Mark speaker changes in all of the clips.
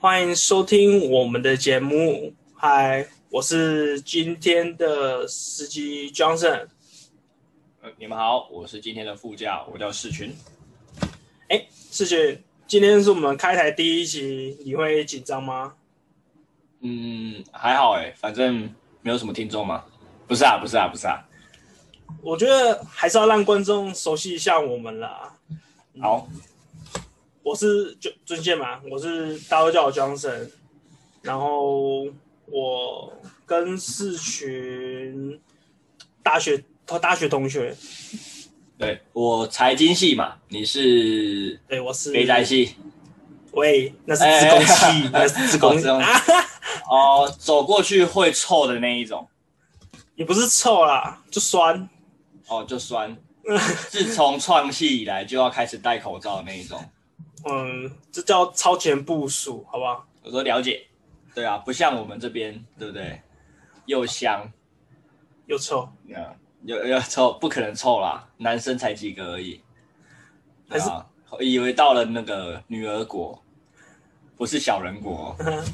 Speaker 1: 欢迎收听我们的节目。嗨，我是今天的司机 Johnson。
Speaker 2: 呃，你们好，我是今天的副驾，我叫世群。
Speaker 1: 世群，今天是我们开台第一集，你会紧张吗？
Speaker 2: 嗯，还好哎、反正没有什么听众嘛。不是啊，不是啊，不是啊。
Speaker 1: 我觉得还是要让观众熟悉一下我们啦。
Speaker 2: 好，
Speaker 1: 我是就尊宪嘛，我是大家都叫我 Johnson，然后我跟世群大学大学同学，
Speaker 2: 对我财经系嘛，你是
Speaker 1: 对我是
Speaker 2: 肥宅系
Speaker 1: 喂，那是自贡系，那是自贡
Speaker 2: 哦
Speaker 1: 系
Speaker 2: 自贡系
Speaker 1: 啊，
Speaker 2: 哦、走过去会臭的那一种
Speaker 1: 也不是臭啦，就酸。
Speaker 2: 哦，就 酸。自从创系以来就要开始戴口罩的那一种。
Speaker 1: 嗯，这叫超前部署，好不好？
Speaker 2: 我说了解，对啊，不像我们这边，对不对？又香，
Speaker 1: 又臭，
Speaker 2: 啊，又又臭，不可能臭啦，男生才几个而已。
Speaker 1: 还是
Speaker 2: 啊，以为到了那个女儿国，不是小人国。哦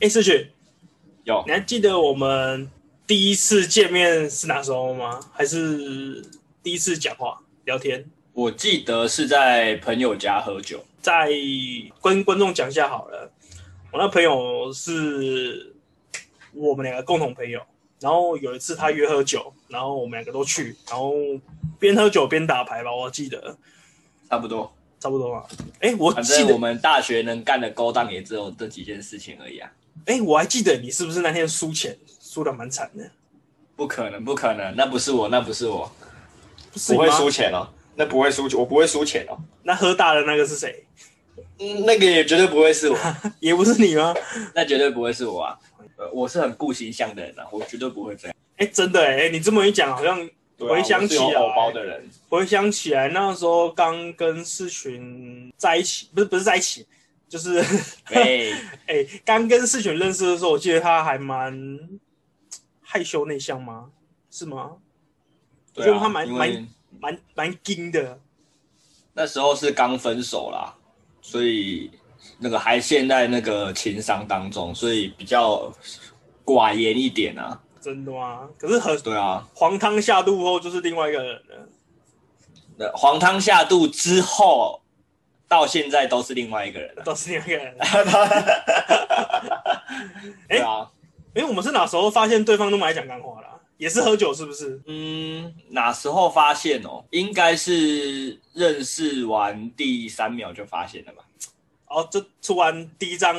Speaker 1: 哎，世雪，
Speaker 2: 有
Speaker 1: 你还记得我们第一次见面是哪时候吗？还是第一次讲话聊天？
Speaker 2: 我记得是在朋友家喝酒，
Speaker 1: 再跟观众讲一下好了，我那朋友是我们两个共同朋友，然后有一次他约喝酒，然后我们两个都去，然后边喝酒边打牌吧，我记得
Speaker 2: 差不多。
Speaker 1: 差不多吧。哎，我
Speaker 2: 反
Speaker 1: 记
Speaker 2: 正我
Speaker 1: 得，
Speaker 2: 们大学能干的勾当也只有这几件事情而已啊。
Speaker 1: 哎，我还记得你是不是那天输钱，输的蛮惨的？
Speaker 2: 不可能，不可能，那不是我，那不是我，
Speaker 1: 不是
Speaker 2: 不
Speaker 1: 吗
Speaker 2: 会输钱哦，那不会输钱，我不会输钱哦。
Speaker 1: 那喝大的那个是谁？
Speaker 2: 嗯，那个也绝对不会是我，
Speaker 1: 也不是你吗？
Speaker 2: 那绝对不会是我啊。呃，我是很顾形象的人啊，我绝对不会这样。
Speaker 1: 哎、真的哎、你这么一讲，好像
Speaker 2: 对啊
Speaker 1: 回想起来
Speaker 2: 我是有偶包的人，
Speaker 1: 回想起来那时候刚跟世群在一起，不是不是在一起，就是
Speaker 2: 对，啊
Speaker 1: 哎，刚、跟世群认识的时候，我记得他还蛮害羞内向吗？是吗？我
Speaker 2: 对啊
Speaker 1: 觉得他蛮
Speaker 2: 因为
Speaker 1: 蛮蛮蛮硬的，
Speaker 2: 那时候是刚分手啦，所以那个还陷在那个情伤当中，所以比较寡言一点啊。
Speaker 1: 真的吗？可是很
Speaker 2: 对啊，
Speaker 1: 黄汤下肚后就是另外一个人了。
Speaker 2: 那黄汤下肚之后，到现在都是另外一个人了。
Speaker 1: 都是另外一个人，哎
Speaker 2: 对啊，
Speaker 1: 因为我们是哪时候发现对方那么爱讲干话啦？也是喝酒是不是？
Speaker 2: 嗯，哪时候发现哦？应该是认识完第三秒就发现了吧？
Speaker 1: 哦，就出完第一张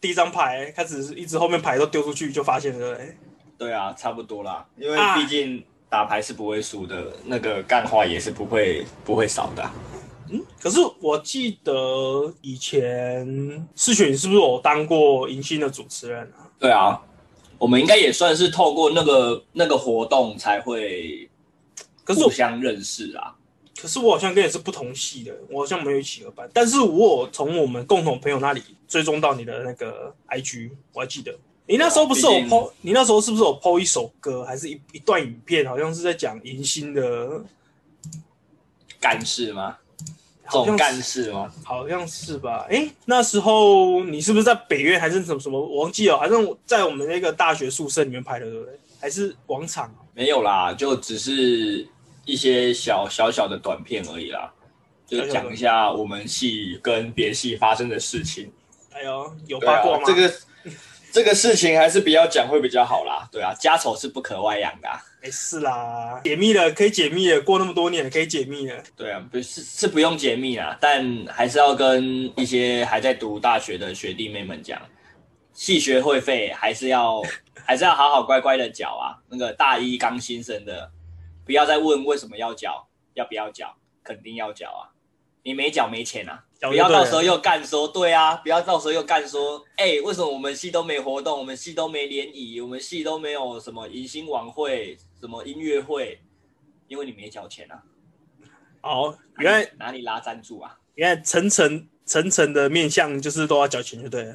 Speaker 1: 第一张牌，开始一直后面牌都丢出去，就发现了对哎不对？
Speaker 2: 对啊，差不多啦，因为
Speaker 1: 啊
Speaker 2: 毕竟打牌是不会输的，那个干话也是不会不会少的啊、
Speaker 1: 可是我记得以前世雪，你是不是有当过迎新的主持人啊？
Speaker 2: 对啊，我们应该也算是透过那个那个活动才会
Speaker 1: 可是
Speaker 2: 互
Speaker 1: 我，
Speaker 2: 相认识啊。
Speaker 1: 可是我好像跟你是不同系的，我好像没有一起合班，但是我有从我们共同朋友那里追踪到你的那个 IG，我还记得。你那时候不是有
Speaker 2: 对啊毕竟
Speaker 1: PO，你那时候是不是有 PO 一首歌，还是一一段影片？好像是在讲迎新的，
Speaker 2: 干事吗？这
Speaker 1: 好像
Speaker 2: 种
Speaker 1: 是
Speaker 2: 干事吗？
Speaker 1: 好像是吧？诶，那时候你是不是在北院还是什么什么？我忘记了，好像在我们那个大学宿舍里面拍的，对不对？还是广场？
Speaker 2: 没有啦，就只是一些小小小的短片而已啦，就讲一下我们系跟别系发生的事情。
Speaker 1: 哎呦，有
Speaker 2: 对
Speaker 1: 八
Speaker 2: 啊
Speaker 1: 卦吗？，
Speaker 2: 这个这个事情还是不要讲会比较好啦。对啊，家丑是不可外扬的啊、
Speaker 1: 没事啦，解密了，可以解密了，过那么多年了，可以解密了。
Speaker 2: 对啊，不是是不用解密啊，但还是要跟一些还在读大学的学弟妹们讲，系学会费还 是要还是要好好乖乖的缴啊。那个大一刚新生的，不要再问为什么要缴，要不要缴，肯定要缴啊。你没缴没钱啊，
Speaker 1: 缴就
Speaker 2: 不要
Speaker 1: 对了
Speaker 2: 到时候又干说对啊，不要到时候又干说，哎、为什么我们系都没活动，我们系都没联谊，我们系都没有什么迎新晚会、什么音乐会，因为你没缴钱啊。
Speaker 1: 好，原来
Speaker 2: 哪里拉赞助啊？
Speaker 1: 原来层层层层的面相就是都要交钱就对了。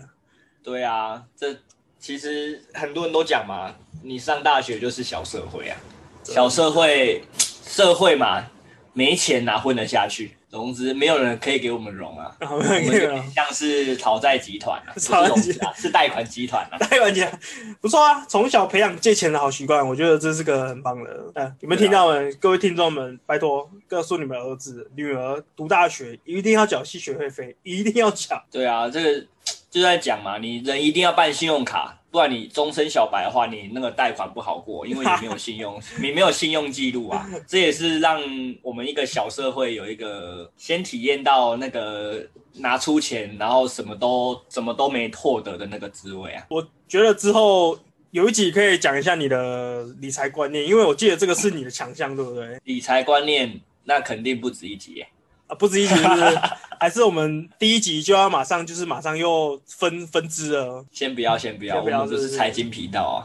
Speaker 2: 对啊，这其实很多人都讲嘛，你上大学就是小社会啊，小社会，社会嘛，没钱哪混得下去？融资没有人可以给我们 融啊，
Speaker 1: 然后
Speaker 2: 我
Speaker 1: 那
Speaker 2: 们就
Speaker 1: 个
Speaker 2: 很像是讨债集团啊，不 是
Speaker 1: 讨债
Speaker 2: 融
Speaker 1: 集
Speaker 2: 资啊，是贷款集团啊。
Speaker 1: 贷款讲不错啊，从小培养借钱的好习惯，我觉得这是个很棒的。嗯，你们听到没？各位听众们，拜托告诉你们儿子、女儿读大学一定要缴系学会费，一定要缴。
Speaker 2: 对啊，这个就在讲嘛，你人一定要办信用卡，不然你终身小白的话，你那个贷款不好过，因为你没有 信用，你没有信用记录啊。这也是让我们一个小社会有一个先体验到那个拿出钱，然后什么都什么都没获得的那个滋味啊。
Speaker 1: 我觉得之后有一集可以讲一下你的理财观念，因为我记得这个是你的强项，对不 对？
Speaker 2: 理财观念那肯定不止一集耶、
Speaker 1: 啊，不止一集是不是，还是我们第一集就要马上就是马上又分分支了。
Speaker 2: 先不要，先不要，
Speaker 1: 先不
Speaker 2: 我
Speaker 1: 要
Speaker 2: 们不
Speaker 1: 是
Speaker 2: 是
Speaker 1: 不是
Speaker 2: 财经频道啊。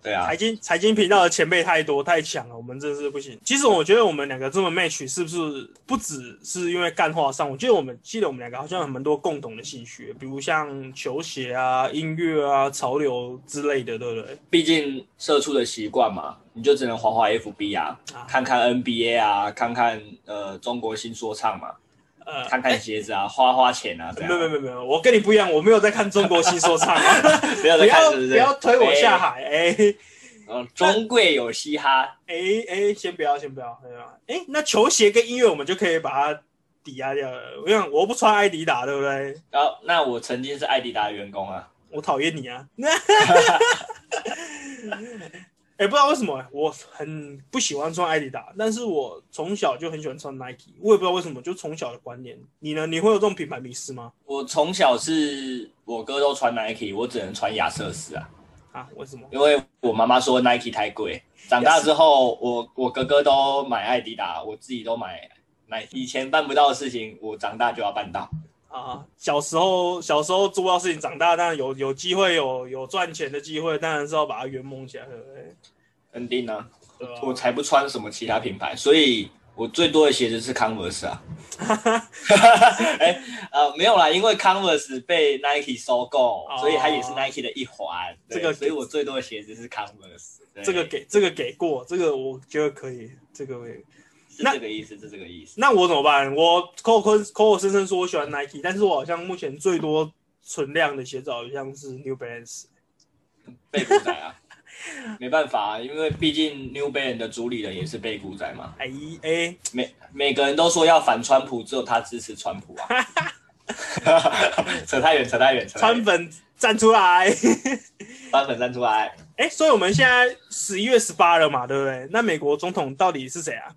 Speaker 2: 对啊
Speaker 1: 财，经财经频道的前辈太多太强了，我们真的是不行。其实我觉得我们两个这么 match 是不是不只是因为干话上？我记得我们记得我们两个好像有蛮多共同的兴趣，比如像球鞋啊、音乐啊、潮流之类的，对不对？
Speaker 2: 毕竟社畜的习惯嘛，你就只能滑滑 FB 啊，
Speaker 1: 啊
Speaker 2: 看看 NBA 啊，看看呃中国新说唱嘛，
Speaker 1: 呃，
Speaker 2: 看看鞋子啊，花花钱啊，这样
Speaker 1: 没有没有没有没有，我跟你不一样，我没有在看中国新说唱 啊，
Speaker 2: 不要
Speaker 1: 不
Speaker 2: 再看
Speaker 1: 要
Speaker 2: 是不是？
Speaker 1: 不要推我下海，哎、
Speaker 2: 哎。呃中贵有嘻哈，
Speaker 1: 哎哎，先不要，先不要，先不要。哎，那球鞋跟音乐我们就可以把它抵押掉了。我想我不穿艾迪达，对不对？
Speaker 2: 然后那我曾经是艾迪达的员工啊，
Speaker 1: 我讨厌你啊！ 哎，不知道为什么，我很不喜欢穿艾迪达，但是我从小就很喜欢穿 Nike，我也不知道为什么，就从小的观念。你呢？你会有这种品牌迷失吗？
Speaker 2: 我从小是我哥都穿 Nike，我只能穿亚瑟士啊，
Speaker 1: 啊，为什么？
Speaker 2: 因为我妈妈说 Nike 太贵。长大之后，我我哥哥都买艾迪达，我自己都买 Nike。以前办不到的事情，我长大就要办到。
Speaker 1: 啊，小时候小时候做不到事情，长大当然有有机会有有赚钱的机会，当然是要把它圆梦起来，对不对？
Speaker 2: 肯定啊，
Speaker 1: 对吧
Speaker 2: 我才不穿什么其他品牌，所以我最多的鞋子是 Converse 啊。哎、呃，没有啦，因为 Converse 被 Nike 收购，
Speaker 1: 哦
Speaker 2: 所以它也是 Nike 的一环。对
Speaker 1: 这个
Speaker 2: 所以我最多的鞋子是 Converse 对。
Speaker 1: 这个给这个给过，这个我觉得可以，这个可以。
Speaker 2: 是
Speaker 1: 那
Speaker 2: 这个意思，是这个意思。
Speaker 1: 那我怎么办？我口口口口声声说我喜欢 Nike，但是我好像目前最多存量的鞋子好像是 New Balance。
Speaker 2: 被古仔 啊，没办法、啊，因为毕竟 New Balance 的主理人也是被古仔嘛。
Speaker 1: 哎哎，
Speaker 2: 每每个人都说要反川普，只有他支持川普啊。 扯太远，扯太远，扯太
Speaker 1: 川
Speaker 2: 远
Speaker 1: 粉站出来！
Speaker 2: 川粉站出来。
Speaker 1: 哎，所以我们现在十一月十八了嘛，对不对？那美国总统到底是谁啊？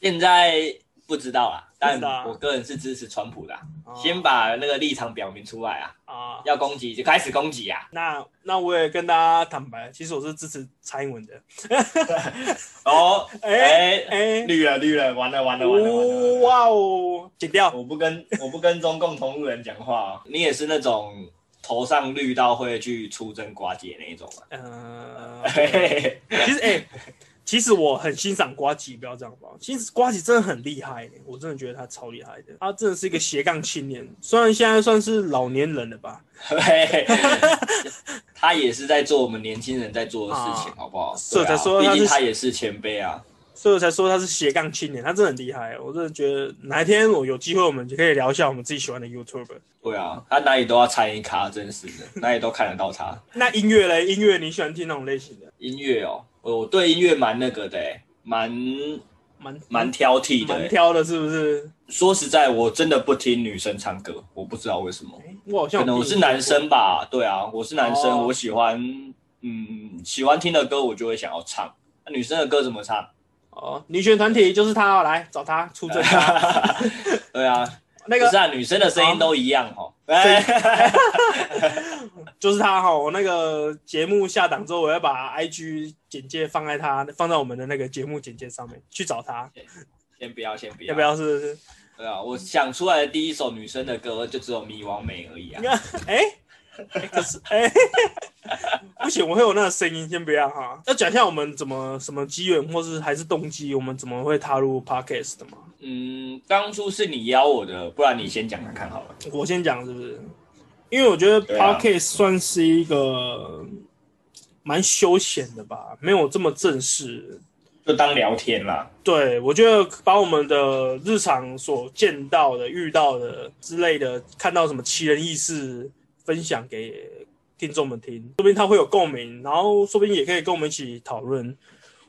Speaker 2: 现在不知道啦，
Speaker 1: 不
Speaker 2: 但
Speaker 1: 知道啊
Speaker 2: 我个人是支持川普的啊、
Speaker 1: 啊
Speaker 2: 先把那个立场表明出来啊，
Speaker 1: 啊，
Speaker 2: 要攻击就开始攻击啊。
Speaker 1: 那那我也跟大家坦白，其实我是支持蔡英文的。
Speaker 2: 哦，
Speaker 1: 哎
Speaker 2: 哎、
Speaker 1: 哎，
Speaker 2: 绿了绿了，完了完了完了完了
Speaker 1: 哦
Speaker 2: 完了。
Speaker 1: 哇哦，剪掉。
Speaker 2: 我不跟我不跟中共同路人讲话、哦，你也是那种头上绿到会去出征寡姐那一种啊。
Speaker 1: 呃，
Speaker 2: 嘿嘿嘿
Speaker 1: 其实哎、其实我很欣赏瓜吉，不要这样吧。其实瓜吉真的很厉害、我真的觉得他超厉害的。他真的是一个斜杠青年，虽然现在算是老年人了吧，
Speaker 2: 嘿嘿嘿 他也是在做我们年轻人在做的事情，
Speaker 1: 啊
Speaker 2: 好不好？
Speaker 1: 是
Speaker 2: 对
Speaker 1: 才
Speaker 2: 啊
Speaker 1: 说他
Speaker 2: 毕竟
Speaker 1: 是
Speaker 2: 他也是前辈啊。
Speaker 1: 所以我才说他是斜杠青年。他真的很厉害、我真的觉得哪一天我有机会，我们就可以聊一下我们自己喜欢的 YouTuber。
Speaker 2: 对啊，他哪里都要参一咖，真是的，哪里都看得到他。
Speaker 1: 那音乐嘞？音乐你喜欢听哪种类型的？
Speaker 2: 音乐哦，我我对音乐蛮那个的、欸，蛮
Speaker 1: 蛮
Speaker 2: 蛮挑剔的、
Speaker 1: 蛮
Speaker 2: 欸。
Speaker 1: 挑的，是不是？
Speaker 2: 说实在，我真的不听女生唱歌，我不知道为什么，
Speaker 1: 哎、我好像有
Speaker 2: 可能我
Speaker 1: 听
Speaker 2: 是
Speaker 1: 你
Speaker 2: 男生吧。对啊，我是男生，
Speaker 1: 哦
Speaker 2: 我喜欢嗯喜欢听的歌，我就会想要唱。那女生的歌怎么唱？
Speaker 1: 哦，女权团体就是他、哦来找他出征他
Speaker 2: 对啊，
Speaker 1: 那
Speaker 2: 不
Speaker 1: 个
Speaker 2: 是啊，女生的声音都一样哦。哎，
Speaker 1: 就是他哈，我那个节目下档之后，我要把 IG 简介放在他放在我们的那个节目简介上面去找他，
Speaker 2: 先不要，先不要，
Speaker 1: 要不？要？是不是？
Speaker 2: 对啊，我想出来的第一首女生的歌就只有《迷惘美》而已啊
Speaker 1: 你。看，哎、哎可是哎、不行，我会有那个声音，先不要哈。要讲一下我们怎么什么机缘，或是还是动机，我们怎么会踏入 podcast 的嘛？
Speaker 2: 嗯，当初是你邀我的，不然你先讲看看好了。
Speaker 1: 我先讲是不是？因为我觉得
Speaker 2: 对啊
Speaker 1: podcast 算是一个蛮休闲的吧，没有这么正式。
Speaker 2: 就当聊天啦。
Speaker 1: 对，我觉得把我们的日常所见到的、遇到的之类的，看到什么奇人异事，分享给听众们听，说不定他会有共鸣，然后说不定也可以跟我们一起讨论。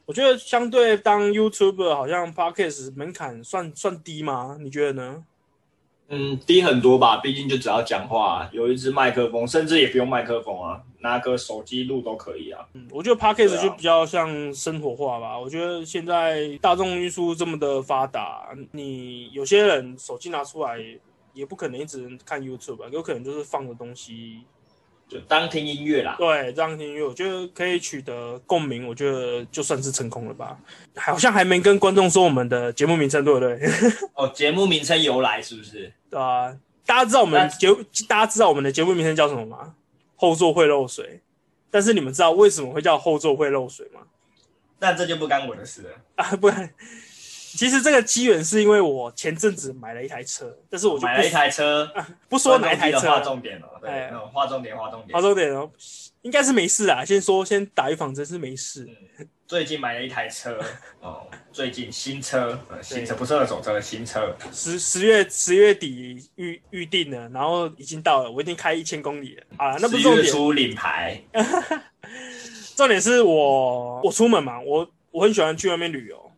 Speaker 1: 我觉得相对当 YouTuber，好像 Podcast 门槛算算低吗？你觉得呢？
Speaker 2: 嗯，低很多吧，毕竟就只要讲话，有一支麦克风，甚至也不用麦克风啊，拿个手机录都可以啊。
Speaker 1: 我觉得 podcast
Speaker 2: 对啊
Speaker 1: 就比较像生活化吧。我觉得现在大众运输这么的发达，你有些人手机拿出来也不可能一直看 YouTube，吧有啊可能就是放的东西，
Speaker 2: 就当听音乐啦。
Speaker 1: 对，这样听音乐，我觉得可以取得共鸣，我觉得就算是成功了吧。好像还没跟观众说我们的节目名称，对不对？
Speaker 2: 哦，节目名称由来是不是？
Speaker 1: 对啊，大家知道我们
Speaker 2: 但
Speaker 1: 节，大家知道我们的节目名称叫什么吗？后座会漏水。但是你们知道为什么会叫后座会漏水吗？
Speaker 2: 那这就不干我的事了。
Speaker 1: 啊， 不然，其实这个机缘是因为我前阵子买了一台车，但是我就
Speaker 2: 买了一
Speaker 1: 不
Speaker 2: 台车，
Speaker 1: 不说哪一台
Speaker 2: 观众记得划
Speaker 1: 车，
Speaker 2: 重点了。对，
Speaker 1: 哎
Speaker 2: 那种划重点，划重
Speaker 1: 好
Speaker 2: 点。
Speaker 1: 重点哦，应该是没事啦。先说先打预防针是没事，
Speaker 2: 最近买了一台车，哦，最近新车，呃新车不是二手车，新车。
Speaker 1: 十十月十月底预预定了，然后已经到了，我已经开一千公里了啊，那不是重
Speaker 2: 11月
Speaker 1: 点，
Speaker 2: 初领牌，
Speaker 1: 重点是我我出门嘛，我我很喜欢去外面旅游，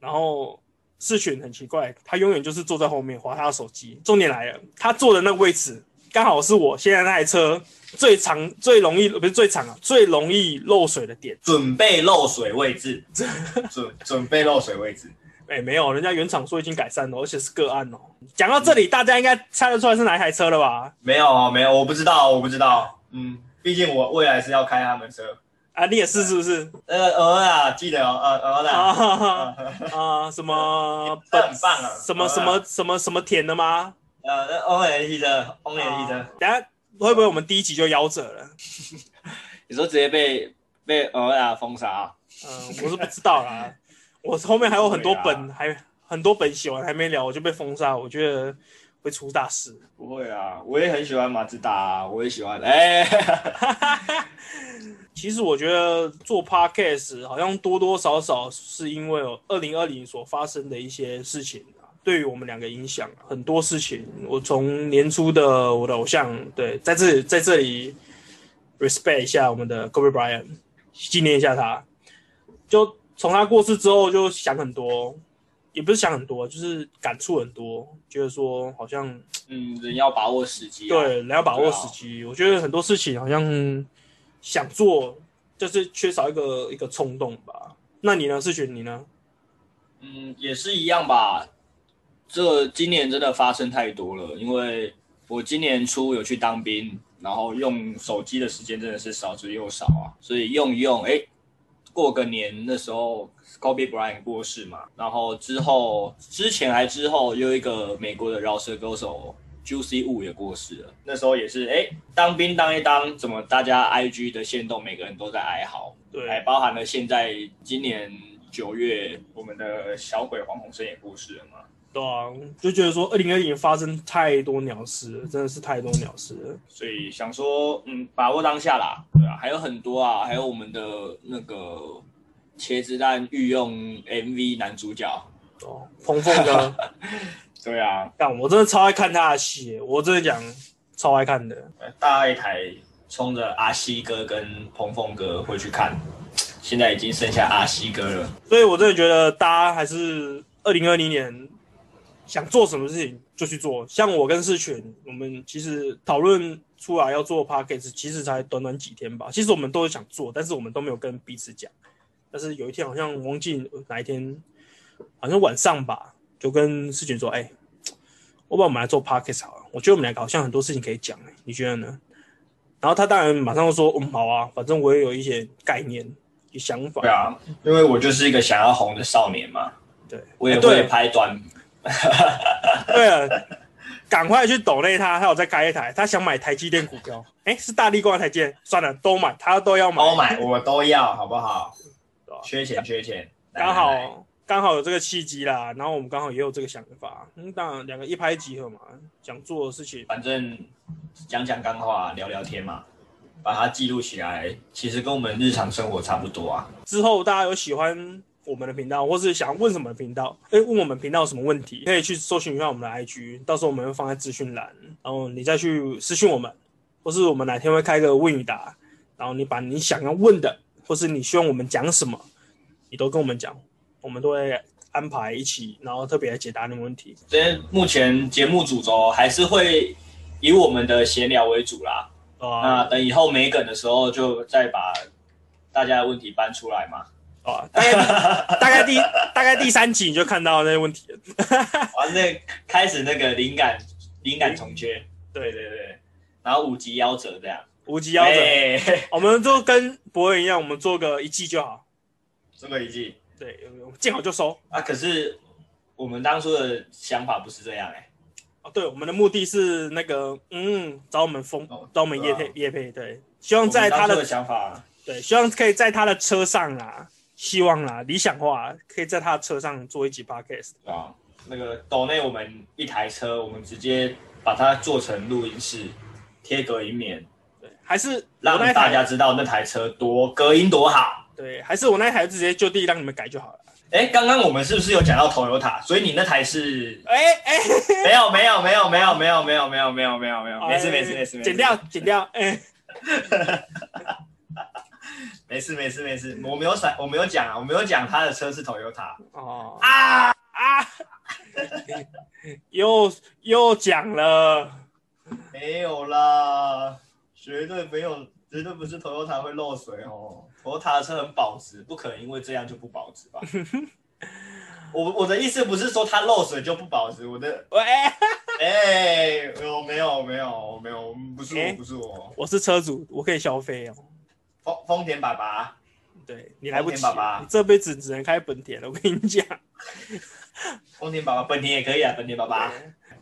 Speaker 1: 然后世群很奇怪，他永远就是坐在后面划他的手机。重点来了，他坐的那个位置刚好是我现在那台车最长、最容易不是最长啊，最容易漏水的点。
Speaker 2: 准备漏水位置，准准备漏水位置。
Speaker 1: 哎，没有，人家原厂说已经改善了，而且是个案哦。讲到这里，大家应该猜得出来是哪一台车了吧？
Speaker 2: 没有啊，没有，我不知道，我不知道。嗯，毕竟我未来是要开他们车。
Speaker 1: 啊，你也是是不是？
Speaker 2: 呃，鹅啊，记得哦，呃，鹅
Speaker 1: 啊
Speaker 2: 啦。
Speaker 1: 哈哈
Speaker 2: 呃，
Speaker 1: 啊，什么
Speaker 2: 这很棒啊
Speaker 1: 什么什么什么什么田的吗？
Speaker 2: 呃，欧联汽车，欧联汽车
Speaker 1: 啊，等下会不会我们第一集就夭折了？
Speaker 2: 你说直接被被鹅啊封杀啊？
Speaker 1: 嗯，我是不知道啦。我后面还有很多本，还很多本写完还没聊，我就被封杀，我觉得会出大事。
Speaker 2: 不会啊，我也很喜欢马自达、啊，我也喜欢。哎、
Speaker 1: 其实我觉得做 podcast 好像多多少少是因为二零二零所发生的一些事情啊，对于我们两个影响啊很多事情。我从年初的我的偶像，对，在这里在这里 respect 一下我们的 Kobe Bryant，纪念一下他。就从他过世之后，就想很多，也不是想很多，就是感触很多，觉得说好像
Speaker 2: 嗯，人要把握时机、啊。
Speaker 1: 对，人要把握时机。我觉得很多事情好像想做，就是缺少一个一个冲动吧。那你呢？世群，你呢？
Speaker 2: 嗯，也是一样吧。这今年真的发生太多了，因为我今年初有去当兵，然后用手机的时间真的是少之又少啊，所以用一用，哎，过个年那时候 Kobe Bryant 过世嘛，然后之后之前还之后又一个美国的饶舌歌手 Juicy Wu 也过世了，那时候也是哎，诶当兵当一当，怎么大家 IG 的线动每个人都在哀嚎，还
Speaker 1: 对，
Speaker 2: 包含了现在今年九月我们的小鬼黄鸿升也过世了嘛，
Speaker 1: 对啊，就觉得说二零二零发生太多鸟事了，真的是太多鸟事了。
Speaker 2: 所以想说，嗯，把握当下啦，对啊，还有很多啊，还有我们的那个茄子蛋御用 MV 男主角，
Speaker 1: 哦，彭凤哥，
Speaker 2: 对啊，
Speaker 1: 干，我真的超爱看他的戏，我真的讲超爱看的。
Speaker 2: 呃大爱台冲着阿西哥跟彭凤哥会去看，现在已经剩下阿西哥了，
Speaker 1: 所以我真的觉得大家还是二零二零年想做什么事情就去做。像我跟世群，我们其实讨论出来要做 p a c k a g e 其实才短短几天吧。其实我们都想做，但是我们都没有跟彼此讲。但是有一天好像忘记哪一天，好像晚上吧，就跟世群说：“哎、我把我们来做 p a c k a g e 好了。我觉得我们两个好像很多事情可以讲、哎，你觉得呢？”然后他当然马上就说：“嗯，好啊，反正我也有一些概念、一些想法。”
Speaker 2: 对啊，因为我就是一个想要红的少年嘛，
Speaker 1: 对，
Speaker 2: 我也
Speaker 1: 哎对
Speaker 2: 会拍短
Speaker 1: 对了，赶快去抖内他，他有在开一台，他想买台积电股票，哎，是大力光的台积电，算了，都 买，他都要买，
Speaker 2: 都买，我都要，好不好
Speaker 1: 对啊？
Speaker 2: 缺钱，缺钱，来
Speaker 1: 刚
Speaker 2: 来来
Speaker 1: 好刚好有这个契机啦，然后我们刚好也有这个想法，嗯，当然两个一拍即合嘛，想做的事情，
Speaker 2: 反正讲讲干话，聊聊天嘛，把它记录起来，其实跟我们日常生活差不多啊。
Speaker 1: 之后大家有喜欢我们的频道，或是想问什么频道，哎，问我们频道有什么问题，可以去搜寻一下我们的 IG，到时候我们会放在资讯栏，然后你再去私讯我们，或是我们哪天会开个问与答，然后你把你想要问的，或是你希望我们讲什么，你都跟我们讲，我们都会安排一起，然后特别来解答你的问题。
Speaker 2: 所以目前节目主轴还是会以我们的闲聊为主啦。
Speaker 1: 啊、
Speaker 2: 那等以后没梗的时候，就再把大家的问题搬出来嘛。
Speaker 1: 啊，大概大概第大概第三集你就看到那些问题了。
Speaker 2: 完那开始那个灵感灵感重缺，
Speaker 1: 对，
Speaker 2: 对对对，然后五级夭折这样。
Speaker 1: 无极夭折，
Speaker 2: 哎
Speaker 1: 我们就跟博文一样，我们做个一季就好。
Speaker 2: 这么一季
Speaker 1: 对，见好就收。
Speaker 2: 啊！可是我们当初的想法不是这样哎、
Speaker 1: 哦，对，我们的目的是那个，嗯，找我们风
Speaker 2: 哦，
Speaker 1: 找我们
Speaker 2: 对
Speaker 1: 叶
Speaker 2: 啊
Speaker 1: 配叶配，对，希
Speaker 2: 我
Speaker 1: 望
Speaker 2: 们
Speaker 1: 在他
Speaker 2: 当初
Speaker 1: 的
Speaker 2: 的想法
Speaker 1: 对，希望可以在他的车上啦，希望啦，理想化可以在他的车上做一集 podcast。
Speaker 2: 对啊，那个岛内我们一台车，我们直接把它做成录音室，贴隔音棉，
Speaker 1: 对，还是我
Speaker 2: 让
Speaker 1: 那一
Speaker 2: 大
Speaker 1: 台，
Speaker 2: 家知道那台车多隔音多好。
Speaker 1: 对，还是我那一台就直接就地让你们改就好了。
Speaker 2: 哎，刚刚我们是不是有讲到 Toyota？所以你那台是
Speaker 1: 哎哎，
Speaker 2: 没有没有没有没有没有没有没有没有没有没有，没事
Speaker 1: 哎
Speaker 2: 没事没事，没事
Speaker 1: 剪掉剪掉，哎，
Speaker 2: 没事没事没事，我没有闪，我没有讲啊，我没有讲他的车是 Toyota
Speaker 1: 哦。
Speaker 2: 啊，
Speaker 1: 啊，又又讲了，
Speaker 2: 没有啦，绝对没有，绝对不是 Toyota 会漏水哦，Toyota 的车很保值，不可能因为这样就不保值吧？我我的意思不是说它漏水就不保值，我的
Speaker 1: 喂，
Speaker 2: 哎、我没有没有我没有，不是
Speaker 1: 哎
Speaker 2: 我不是我，
Speaker 1: 我是车主，我可以消费哦。
Speaker 2: 丰丰田爸爸，
Speaker 1: 对你来不及，
Speaker 2: 丰田爸爸
Speaker 1: 你这辈子只能开本田了。我跟你讲，
Speaker 2: 丰田爸爸，本田也可以啊，本田爸爸，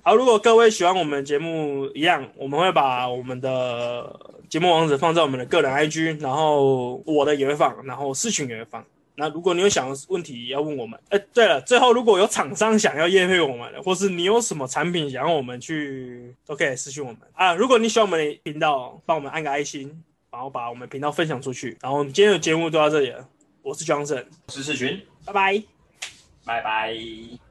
Speaker 1: 好，如果各位喜欢我们的节目，一样我们会把我们的节目网址放在我们的个人 IG，然后我的也会放，然后私群也会放。那如果你有想要问题要问我们，哎，对了，最后如果有厂商想要验配我们的，或是你有什么产品想要我们去，都可以私信我们啊。如果你喜欢我们的频道，帮我们按个爱心，然后把我们频道分享出去。然后我们今天的节目就到这里了，我是 Johnson，
Speaker 2: 知识群，
Speaker 1: 拜拜。
Speaker 2: 拜拜。